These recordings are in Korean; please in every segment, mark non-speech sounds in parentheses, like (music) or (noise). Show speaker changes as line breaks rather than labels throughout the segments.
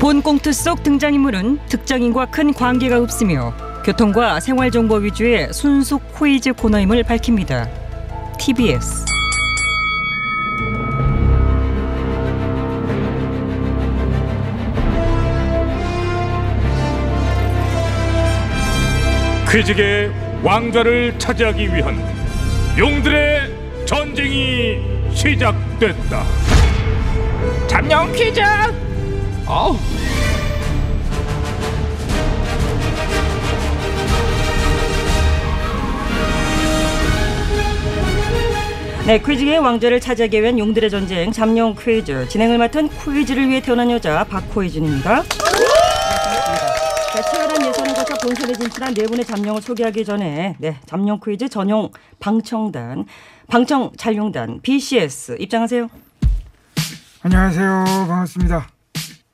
본 꽁트 속 등장인물은 특정인과 큰 관계가 없으며 교통과 생활 정보 위주의 순수 코이즈 코너임을 밝힙니다. TBS
퀴즈계의 왕좌를 차지하기 위한 용들의 전쟁이 시작됐다. 잠룡 퀴즈. 아우.
네, 퀴즈의 왕좌를 차지하기 위한 용들의 전쟁 잠룡 퀴즈 진행을 맡은 퀴즈를 위해 태어난 여자 박호이준입니다. 네, 치열한 예선을 거쳐 본선에 진출한 네 분의 잠룡을 소개하기 전에 네, 잠룡 퀴즈 전용 방청단, 방청 잔룡단 BCS 입장하세요.
안녕하세요. 반갑습니다.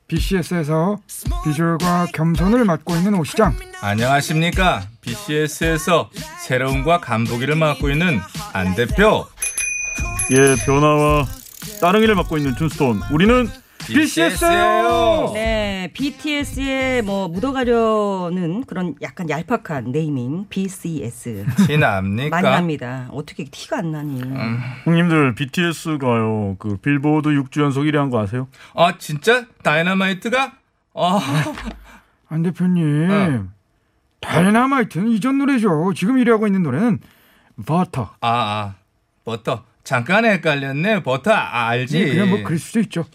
BCS에서 비주얼과 겸손을 맡고 있는 오시장.
안녕하십니까. BCS에서 새로움과 간보기를 맡고 있는 안 대표.
예, 변화와 따릉이를 맡고 있는 준스톤. 우리는
어.
BCS예요.
네, BTS에 뭐 묻어가려는 그런 약간 얄팍한 네이밍 BCS
티납니까?
많이 납니다. 어떻게 티가 안 나니?
형님들 BTS가요. 그 빌보드 6주 연속 1위 한 거 아세요?
아 진짜 다이너마이트가? 아
안 대표님. 다이나마이트는 이전 노래죠. 지금 1위하고 있는 노래는 버터.
아, 아, 버터 잠깐 헷갈렸네 버터 아, 알지?
예, 그냥 뭐 그럴 수도 있죠.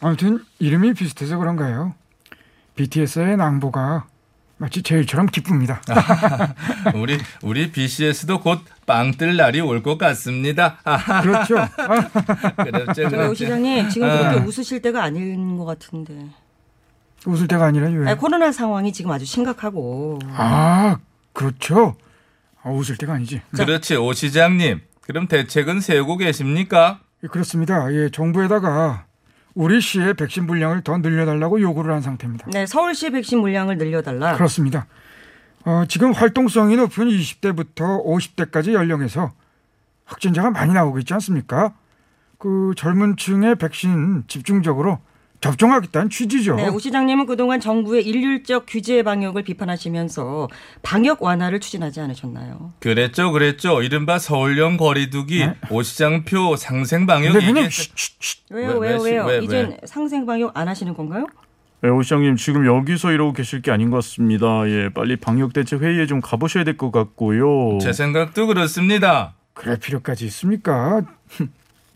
아무튼 이름이 비슷해서 그런가요? BTS의 낭보가 마치 제 일처럼 기쁩니다.
우리 우리 BCS도 곧 빵 뜰 날이 올 것 같습니다. 아,
(laughs) 그렇죠.
그렇죠
제가 오
그렇죠.
시장님 지금 그렇게 웃으실 때가 아닌 것 같은데.
웃을 때가 아니라 왜?
아니, 코로나 상황이 지금 아주 심각하고.
아, 그렇죠. 아, 웃을 때가 아니지.
그렇지 오 시장님. 그럼 대책은 세우고 계십니까?
예, 그렇습니다. 예, 정부에다가 우리 시의 백신 분량을 더 늘려달라고 요구를 한 상태입니다.
네, 서울시 백신 물량을 늘려달라.
그렇습니다. 어, 지금 활동성이 높은 20대부터 50대까지 연령에서 확진자가 많이 나오고 있지 않습니까? 그 젊은 층의 백신 집중적으로 접종하겠다는 취지죠.
네, 오 시장님은 그동안 정부의 일률적 규제 방역을 비판하시면서 방역 완화를 추진하지 않으셨나요?
그랬죠, 그랬죠. 이른바 서울형 거리두기, 오시장표 상생 방역
네. 근데 그냥
얘기.
쉿, 쉿, 쉿.
왜요,
왜,
왜요,
왜,
왜요?
왜, 왜?
이젠 상생 방역 안 하시는 건가요?
예, 오시장님 지금 여기서 이러고 계실 게 아닌 것 같습니다. 예, 빨리 방역 대책 회의에 좀 가보셔야 될 것 같고요.
제 생각도 그렇습니다.
그럴 필요까지 있습니까? (laughs)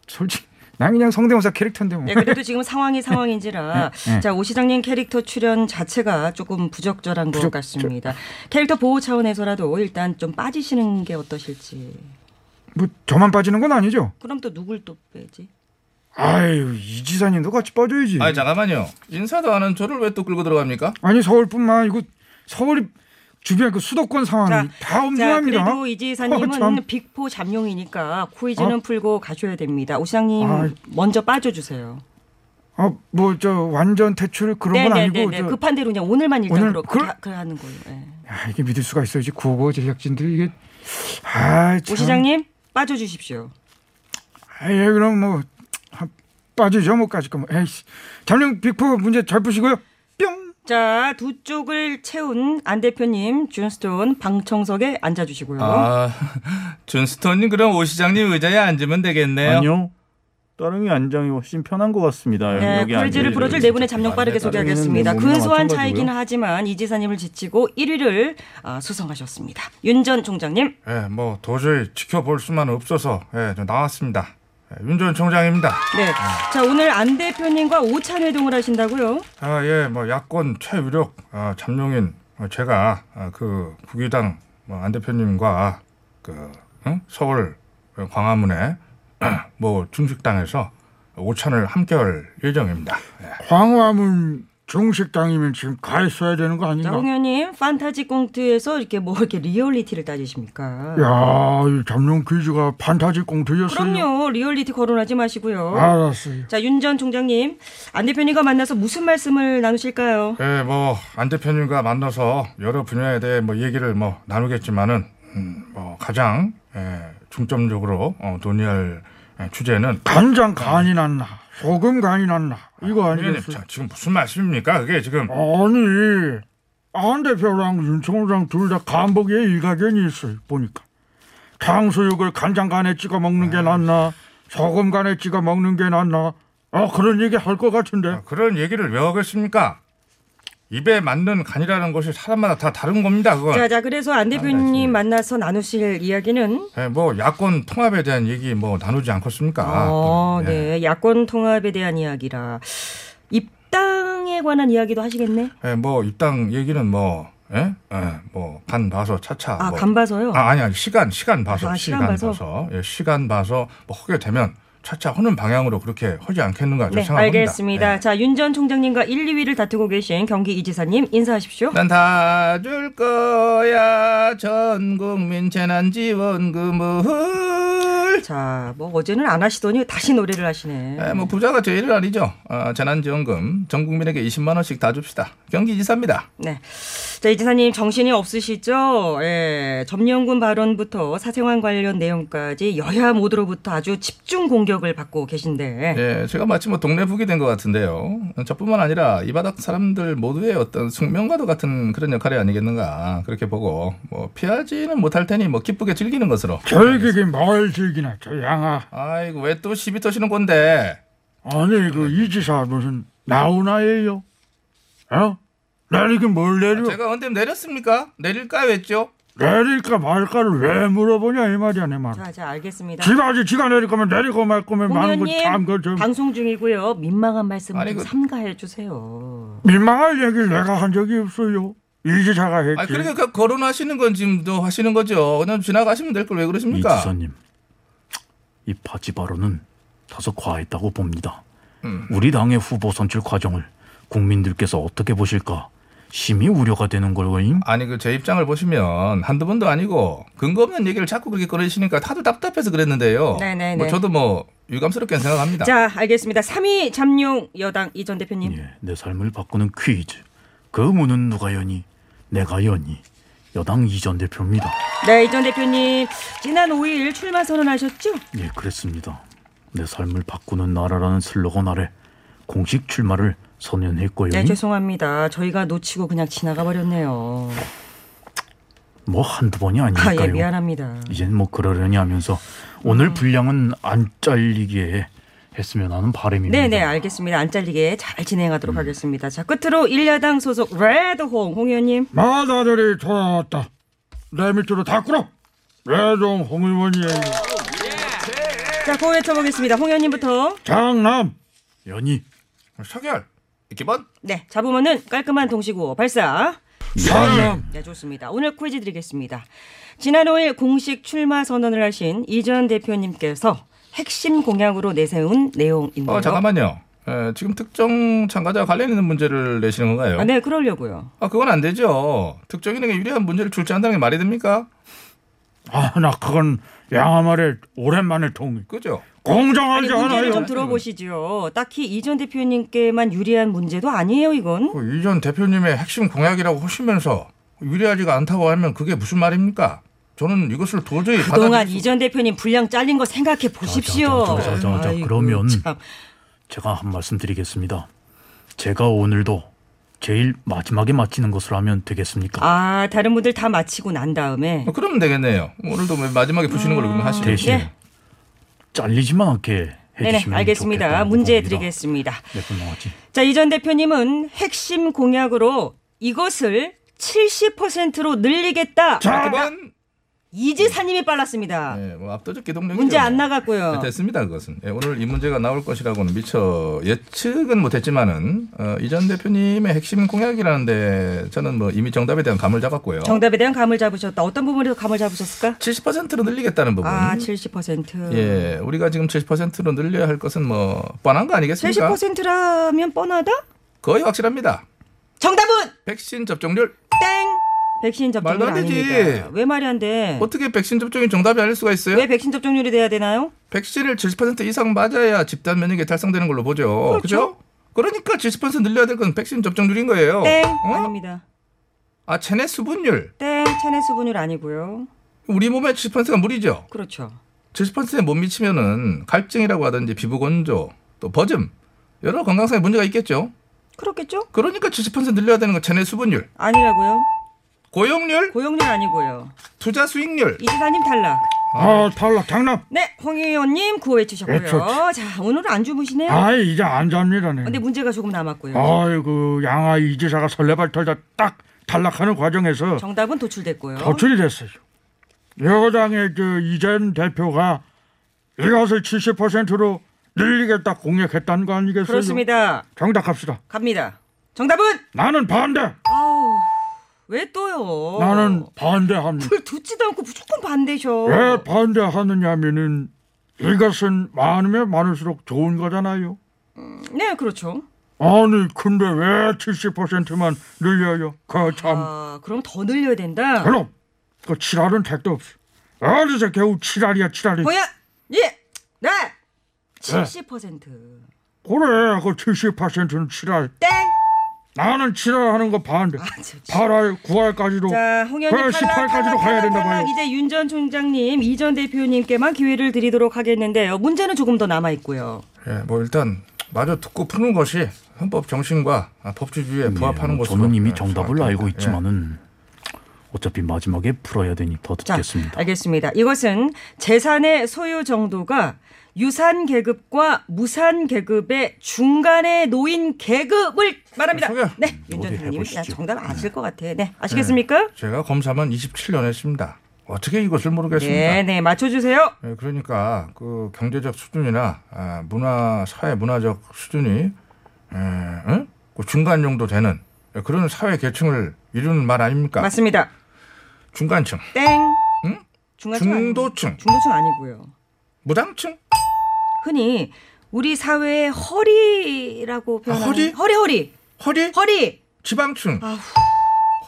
솔직히 난 그냥 성대모사 캐릭터인데 뭐.
네, 그래도 지금 상황이 상황인지라
네.
자, 오 시장님 캐릭터 출연 자체가 조금 부적절한 것
부적절.
같습니다. 캐릭터 보호 차원에서라도 일단 좀 빠지시는 게 어떠실지.
뭐 저만 빠지는 건 아니죠.
그럼 또 누굴 또 빼지?
아유 이지사님도 같이 빠져야지.
아 잠깐만요. 인사도 안 한 저를 왜 또 끌고 들어갑니까?
아니 서울뿐만 아니고 서울이 주변 그 수도권 상황이 다
자,
엄중합니다.
그래도 이지사님은
어, 참.
빅포 잠룡이니까 코이즈는 풀고 가셔야 됩니다. 오시장님
아.
먼저 빠져주세요.
아, 뭐 저 완전 퇴출 그런
네,
건 아니고 저,
급한 대로 그냥 오늘만 일단
오늘
그렇게
그-
하- 그 하는 걸로. 예.
아, 이게 믿을 수가 있어야지 구호 제작진들 이게 아, 참.
오 시장님 빠져주십시오.
아, 예, 그럼 뭐 아, 빠지죠 뭐까지 거 뭐. 에이씨. 잠룡 빅포 문제 잘 푸시고요. 뿅.
자, 두 쪽을 채운 안 대표님, 준스톤 방청석에 앉아주시고요.
아 (laughs) 준스톤님 그럼 오 시장님 의자에 앉으면 되겠네요.
아니요. 따릉이 안장이 훨씬 편한 것 같습니다.
네,
여기 앉아
퀴즈를
있는
풀어줄 네 분의 잠룡 빠르게 소개하겠습니다.
몸무게가
근소한
마찬가지고요.
차이긴 하지만 이지사님을 지치고 1위를 아, 수성하셨습니다. 윤 전 총장님.
예, 뭐 도저히 지켜볼 수만 없어서 예, 좀 나왔습니다. 예, 윤 전 총장입니다.
네.
아.
자, 오늘 안 대표님과 오찬 회동을 하신다고요?
음.
아, 예, 뭐 야권 최유력 아, 잠룡인 어, 제가 아, 그 국의당 뭐안 대표님과 그 응? 서울 광화문에 (clears throat) 뭐 중식당에서 오찬을 함께 할 예정입니다. 예.
광화문 종식당이면 지금 가 있어야 되는 거 아닌가?
정 의원님, 판타지 꽁트에서 이렇게 뭐 이렇게 리얼리티를 따지십니까?
야, 이 잠룡 퀴즈가 판타지 공트였어요.
그럼요. 리얼리티 거론하지 마시고요.
아. 알았어요.
자, 윤 전 총장님. 안 대표님과 만나서 무슨 말씀을 나누실까요?
예, 뭐안 대표님과 만나서 여러 분야에 대해 뭐 얘기를 뭐 나누겠지만은 음, 뭐 가장 예, 중점적으로 어, 논의할 예, 주제는
간장 간이 났나? 소금 간이 났나 이거
의원님,
아니겠어요?
자, 지금 무슨 말씀입니까? 그게 지금
아니 안 대표랑 윤 총장 둘 다 간복의 일가견이 있어요 보니까 탕수육을 간장간에 찍어 먹는 게 낫나 소금간에 찍어 먹는 게 낫나 아 그런 얘기 할 것
아,
같은데
아, 그런 얘기를 왜 하겠습니까? 입에 맞는 간이라는 것이 사람마다 다 다른 겁니다. 그건.
자, 자, 그래서
아,
안
네,
대표님 만나서 나누실 이야기는
예, 뭐 야권 통합에 대한 얘기 뭐 나누지 않겠습니까?
어,
예.
네. 야권 통합에 대한 이야기라 입당에 관한 이야기도 하시겠네.
예, 뭐 입당 얘기는 뭐 예? 예, 뭐간 봐서 차차
아,
뭐.
간 봐서요.
아, 아니 아니 시간 시간 봐서
아, 시간
시간 봐서,
봐서.
예, 시간 봐서 뭐 하게 되면 차차 하는 방향으로 그렇게 하지 않겠는가 저는
네,
생각합니다. 예.
알겠습니다. 자, 윤 전 총장님과 1, 2위를 다투고 계신 경기 이지사님 인사하십시오.
네.
난 다 줄 거야 전 국민 재난 지원금을.
자, 뭐 어제는 안 하시더니 다시 노래를 하시네.
에, 뭐 부자가 제 일은 아니죠. 아, 재난 지원금 전 국민에게 20만 원씩 다 줍시다. 경기 지사입니다.
네. 자, 이지사님 정신이 없으시죠? 예. 점령군 발언부터 사생활 관련 내용까지 여야 모두로부터 아주 집중 공격을 받고 계신데.
네.
예, 제가 마치 뭐 동네북이 된 것 같은데요. 저뿐만 아니라 이 바닥 사람들 모두의 어떤 숙명과도 같은 그런 역할이 아니겠는가 그렇게 보고 뭐 피하지는 못할 테니 뭐 기쁘게 즐기는 것으로.
절기기 뭘 즐기나 저 양아
아이고 왜 또 시비 터시는 건데?
아니 그 이지사 무슨 나오나예요? 어? 내리긴 뭘
아,
내려?
제가 언제 내렸습니까? 내릴까요 했죠?
내릴까 말까를 왜 물어보냐 이 말이야 내 말.
자, 자, 알겠습니다.
지가 아직 지가 내릴 거면 내리고 말 거면
홍
많은
의원님
거참그좀
방송 중이고요. 민망한 말씀
아니,
좀
그-
삼가해 주세요.
민망할 얘기를 내가 한 적이 없어요. 이지사가 했지.
아 그러니까 그 거론하시는 건 지금도 하시는 거죠. 그냥 지나가시면 될 걸 왜 그러십니까?
이지사님, 이 바지 발언은 다소 과했다고 봅니다.
음.
우리 당의 후보 선출 과정을 국민들께서 어떻게 보실까 심히 우려가 되는 걸 거임.
아니 그 제 입장을 보시면 한두 번도 아니고 근거 없는 얘기를 자꾸 그렇게 꺼내시니까 다들 답답해서 그랬는데요.
네네네.
뭐 저도 뭐 유감스럽게 생각합니다.
자, 알겠습니다. 3위 잠룡 여당 이 전 대표님.
예, 내 삶을 바꾸는 퀴즈. 그 문은 누가 여니? 내가 여니. 여당 이전 대표입니다.
네, 이 전 대표님. 지난 5일 출마 선언하셨죠?
예, 그랬습니다. 내 삶을 바꾸는 나라라는 슬로건 아래 공식 출마를 선언했고요.
네, 죄송합니다. 저희가 놓치고 그냥 지나가 버렸네요.
뭐 한두 번이
아,
아니니까요.
예, 미안합니다.
이젠 뭐 그러려니 하면서
음.
오늘 분량은 안 잘리게 했으면 하는 바람입니다.
네, 네, 알겠습니다. 안 잘리게 잘 진행하도록 하겠습니다. 자, 끝으로 일야당 소속 레드홍 홍 의원님.
마다들이 돌아왔다. 내 밑으로 다 끌어. 외종 홍 의원이에요.
자, 고 외쳐보겠습니다. 홍 의원님부터.
장남.
연희
서결
기본
네, 잡으면은 깔끔한 동시고 발사.
장남.
네, 좋습니다. 오늘 퀴즈 드리겠습니다. 지난 5일 공식 출마 선언을 하신 이전 대표님께서 핵심 공약으로 내세운 내용인데요.
어 잠깐만요. 에, 지금 특정 참가자 관련 있는 문제를 내시는 건가요?
아, 네, 그러려고요.
아, 그건 안 되죠. 특정인에게 유리한 문제를 출제한다는 게 말이 됩니까?
아, 나 그건 양아 말에 오랜만에 통.
그죠?
아니,
공정하지
문제를
않아요.
좀 들어보시죠. 딱히 이전 대표님께만 유리한 문제도 아니에요, 이건.
음,
그 이전 대표님의 핵심 공약이라고 하시면서 유리하지가 않다고 하면 그게 무슨 말입니까? 저는 이것을 도저히
그동안
받아들일 수-
이전 대표님 분량 잘린 거 생각해 보십시오.
자, 자, 자, 자, 자,
아이고,
그러면
참.
제가 한 말씀 드리겠습니다. 제가 오늘도 제일 마지막에 마치는 것으로 하면 되겠습니까?
아 다른 분들 다 마치고 난 다음에
어, 그러면 되겠네요. 오늘도 뭐 마지막에 부시는 걸로 그러면 하시죠.
대신
예.
잘리지만 않게
네네
해주시면
알겠습니다.
좋겠다는
문제
부분입니다. 네, 그
드리겠습니다. 예,
몇 분 남았지?
자 이 전 대표님은 핵심 공약으로 이것을 70%로 늘리겠다.
그건
이지사님이 빨랐습니다.
네, 뭐 압도적 기동력이
아. 문제 안 나갔고요.
됐습니다 그것은 예, 오늘 이 문제가 나올 것이라고는 미처 예측은 못했지만은 어, 이전 대표님의 핵심 공약이라는데 저는 뭐 이미 정답에 대한 감을 잡았고요.
정답에 대한 감을 잡으셨다. 어떤 부분에서 감을 잡으셨을까?
70%로 늘리겠다는 부분.
아 70%.
음. 예, 우리가 지금 70%로 늘려야 할 것은 뭐 뻔한 거 아니겠습니까?
70%라면 뻔하다?
거의 확실합니다.
정답은
백신 접종률
땡. 백신 접종률
말도 안 되지.
아닙니다. 왜 말이 안 돼?
어떻게 백신 접종이 정답이 아닐 수가 있어요?
왜 백신 접종률이 돼야 되나요?
백신을 70% 이상 맞아야 집단 면역이 달성되는 걸로 보죠.
그렇죠.
그렇죠? 그러니까 70% 늘려야 될 건 백신 접종률인 거예요.
땡
어?
아닙니다.
아, 체내 수분율.
땡 체내 수분율 아니고요.
우리 몸의 70%가 물이죠.
그렇죠.
70%에 못 미치면은 갈증이라고 하든지 피부 건조, 또 버즘 여러 건강상의 문제가 있겠죠.
그렇겠죠?
그러니까 70% 늘려야 되는 건 재내 수분율,
아니라고요.
고용률,
고용률 아니고요.
투자 수익률.
이지사님 탈락.
아, 탈락, 장남.
네, 홍 의원님 구호 외치셨고요.
그렇죠, 그렇죠.
자, 오늘은 안 주무시네요.
아이, 이제 안 잡니다, 네.
근데 문제가 조금 남았고요.
아이고, 그 양아 이지사가 설레발 털다 딱 탈락하는 과정에서
정답은 도출됐고요.
도출이 됐어요. 여당의 그 이전 대표가 이것을 70%로 늘리겠다 공약했다는 거 아니겠어요?
그렇습니다.
정답합시다.
갑니다. 정답은
나는 반대.
아우 왜 또요?
나는 예. 반대합니다.
그걸 듣지도 않고 무조건 반대셔.
왜 반대하느냐면은 이것은 많으면 많을수록 좋은 거잖아요.
네, 그렇죠.
아니 근데 왜 70%만 늘려요? 그참
아, 그럼 더 늘려야 된다.
그럼 그 칠알은 택도 없어. 어디서 겨우 칠알이야 칠알이.
뭐야? 예, 네, 70%
그래 그 70%는 칠알.
땡.
나는 칠알하는 거 반대.
아, 저, 저.
8알, 9알까지도
자, 홍현님
그래, 18까지도 가야 된다 봐요.
이제 윤 전 총장님, 이 전 대표님께만 기회를 드리도록 하겠는데요. 문제는 조금 더 남아 있고요.
예, 뭐 일단 마저 듣고 푸는 것이 헌법 정신과 아, 법치주의에 부합하는
예,
것으로
저는 이미
예,
정답을
생각합니다.
알고
예.
있지만은 어차피 마지막에 풀어야 되니 더
자,
듣겠습니다.
알겠습니다. 이것은 재산의 소유 정도가 유산 계급과 무산 계급의 중간에 놓인 계급을 말합니다.
소개.
네, 윤전
어디
대표님, 나
해보시죠.
정답 아실 것 같아. 네, 아시겠습니까?
예, 제가 검사만 27년 했습니다. 어떻게 이것을 모르겠습니까?
네, 네, 맞춰주세요.
예, 그러니까 그 경제적 수준이나 아, 문화 사회 문화적 수준이 에, 응? 그 중간 정도 되는 예, 그런 사회 계층을 이루는 말 아닙니까?
맞습니다.
중간층,
땡.
응?
중간층 아니고-
중도층,
중도층 아니고요.
무당층,
흔히 우리 사회의 허리라고 표현하는
허리?
허리 허리
허리,
허리
지방층.
아후,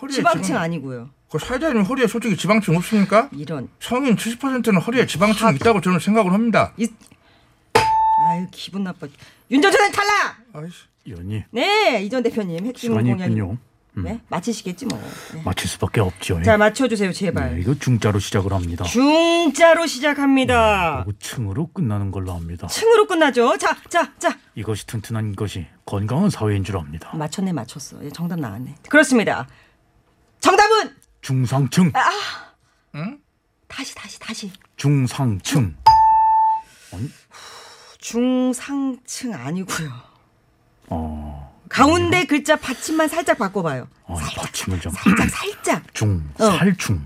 허리에
지방층
지방-
아니고요.
그 사회자님 허리에 솔직히 지방층 없습니까?
이런
성인 70%는 허리에
아,
지방층이 있다고 저는 생각을 합니다.
이... 아유 기분 나빠. 윤전 총장 탈락.
아이씨.
연이
네, 이전 대표님 핵심
시간이
공약이
있군요. 음.
네, 맞히시겠지 뭐. 네.
마칠 수밖에 없지요.
자, 맞춰 주세요, 제발.
네, 이거 중자로 시작을 합니다.
중자로 아. 시작합니다.
그리고 층으로 끝나는 걸로 합니다.
층으로 끝나죠. 자, 자, 자.
이것이 튼튼한 것이 건강한 사회인 줄 압니다.
맞췄네, 맞췄어. 예, 정답 나왔네. 그렇습니다. 정답은
중상층,
다시 다시 다시.
중상층.
중상층 아니고요.
어,
가운데 글자 받침만 살짝 바꿔 봐요.
어, 이 받침을 좀.
살짝 살짝.
중,
어.
살충.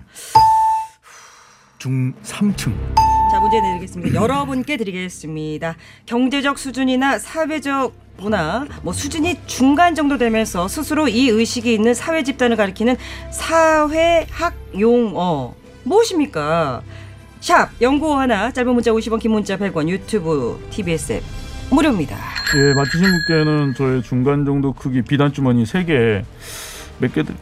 중삼층.
자, 문제 내드리겠습니다. 여러분께 드리겠습니다. 경제적 수준이나 사회적 문화, 뭐 수준이 중간 정도 되면서 스스로 이 의식이 있는 사회 집단을 가리키는 사회학 용어 무엇입니까? 샵 연구 하나 짧은 문자 50원 긴 문자 100원 유튜브 TBS 앱 무료입니다.
예, 맞추신 분께는 저의 중간 정도 크기 비단 주머니 3개 몇 개
몇개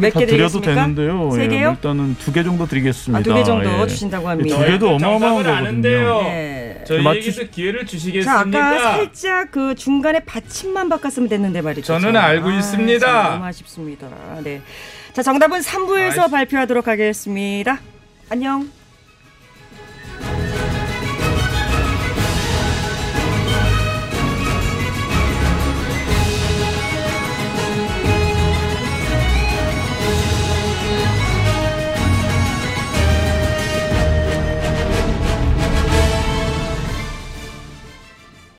세개다 드려도
드리겠습니까?
되는데요.
세
예,
뭐
개요?
일단은 두 개 정도 드리겠습니다.
아, 두개 정도
예.
주신다고
예,
합니다.
두 개도 어마어마한
그 정답을 아는데요.
거거든요.
네.
맞추...
기회를
자
주시겠습니까?
아까 살짝 그 중간에 받침만 바꿨으면 됐는데 말이죠.
저는 알고 있습니다.
참 너무 아쉽습니다. 네. 자 정답은 3부에서 발표하도록 하겠습니다. 안녕.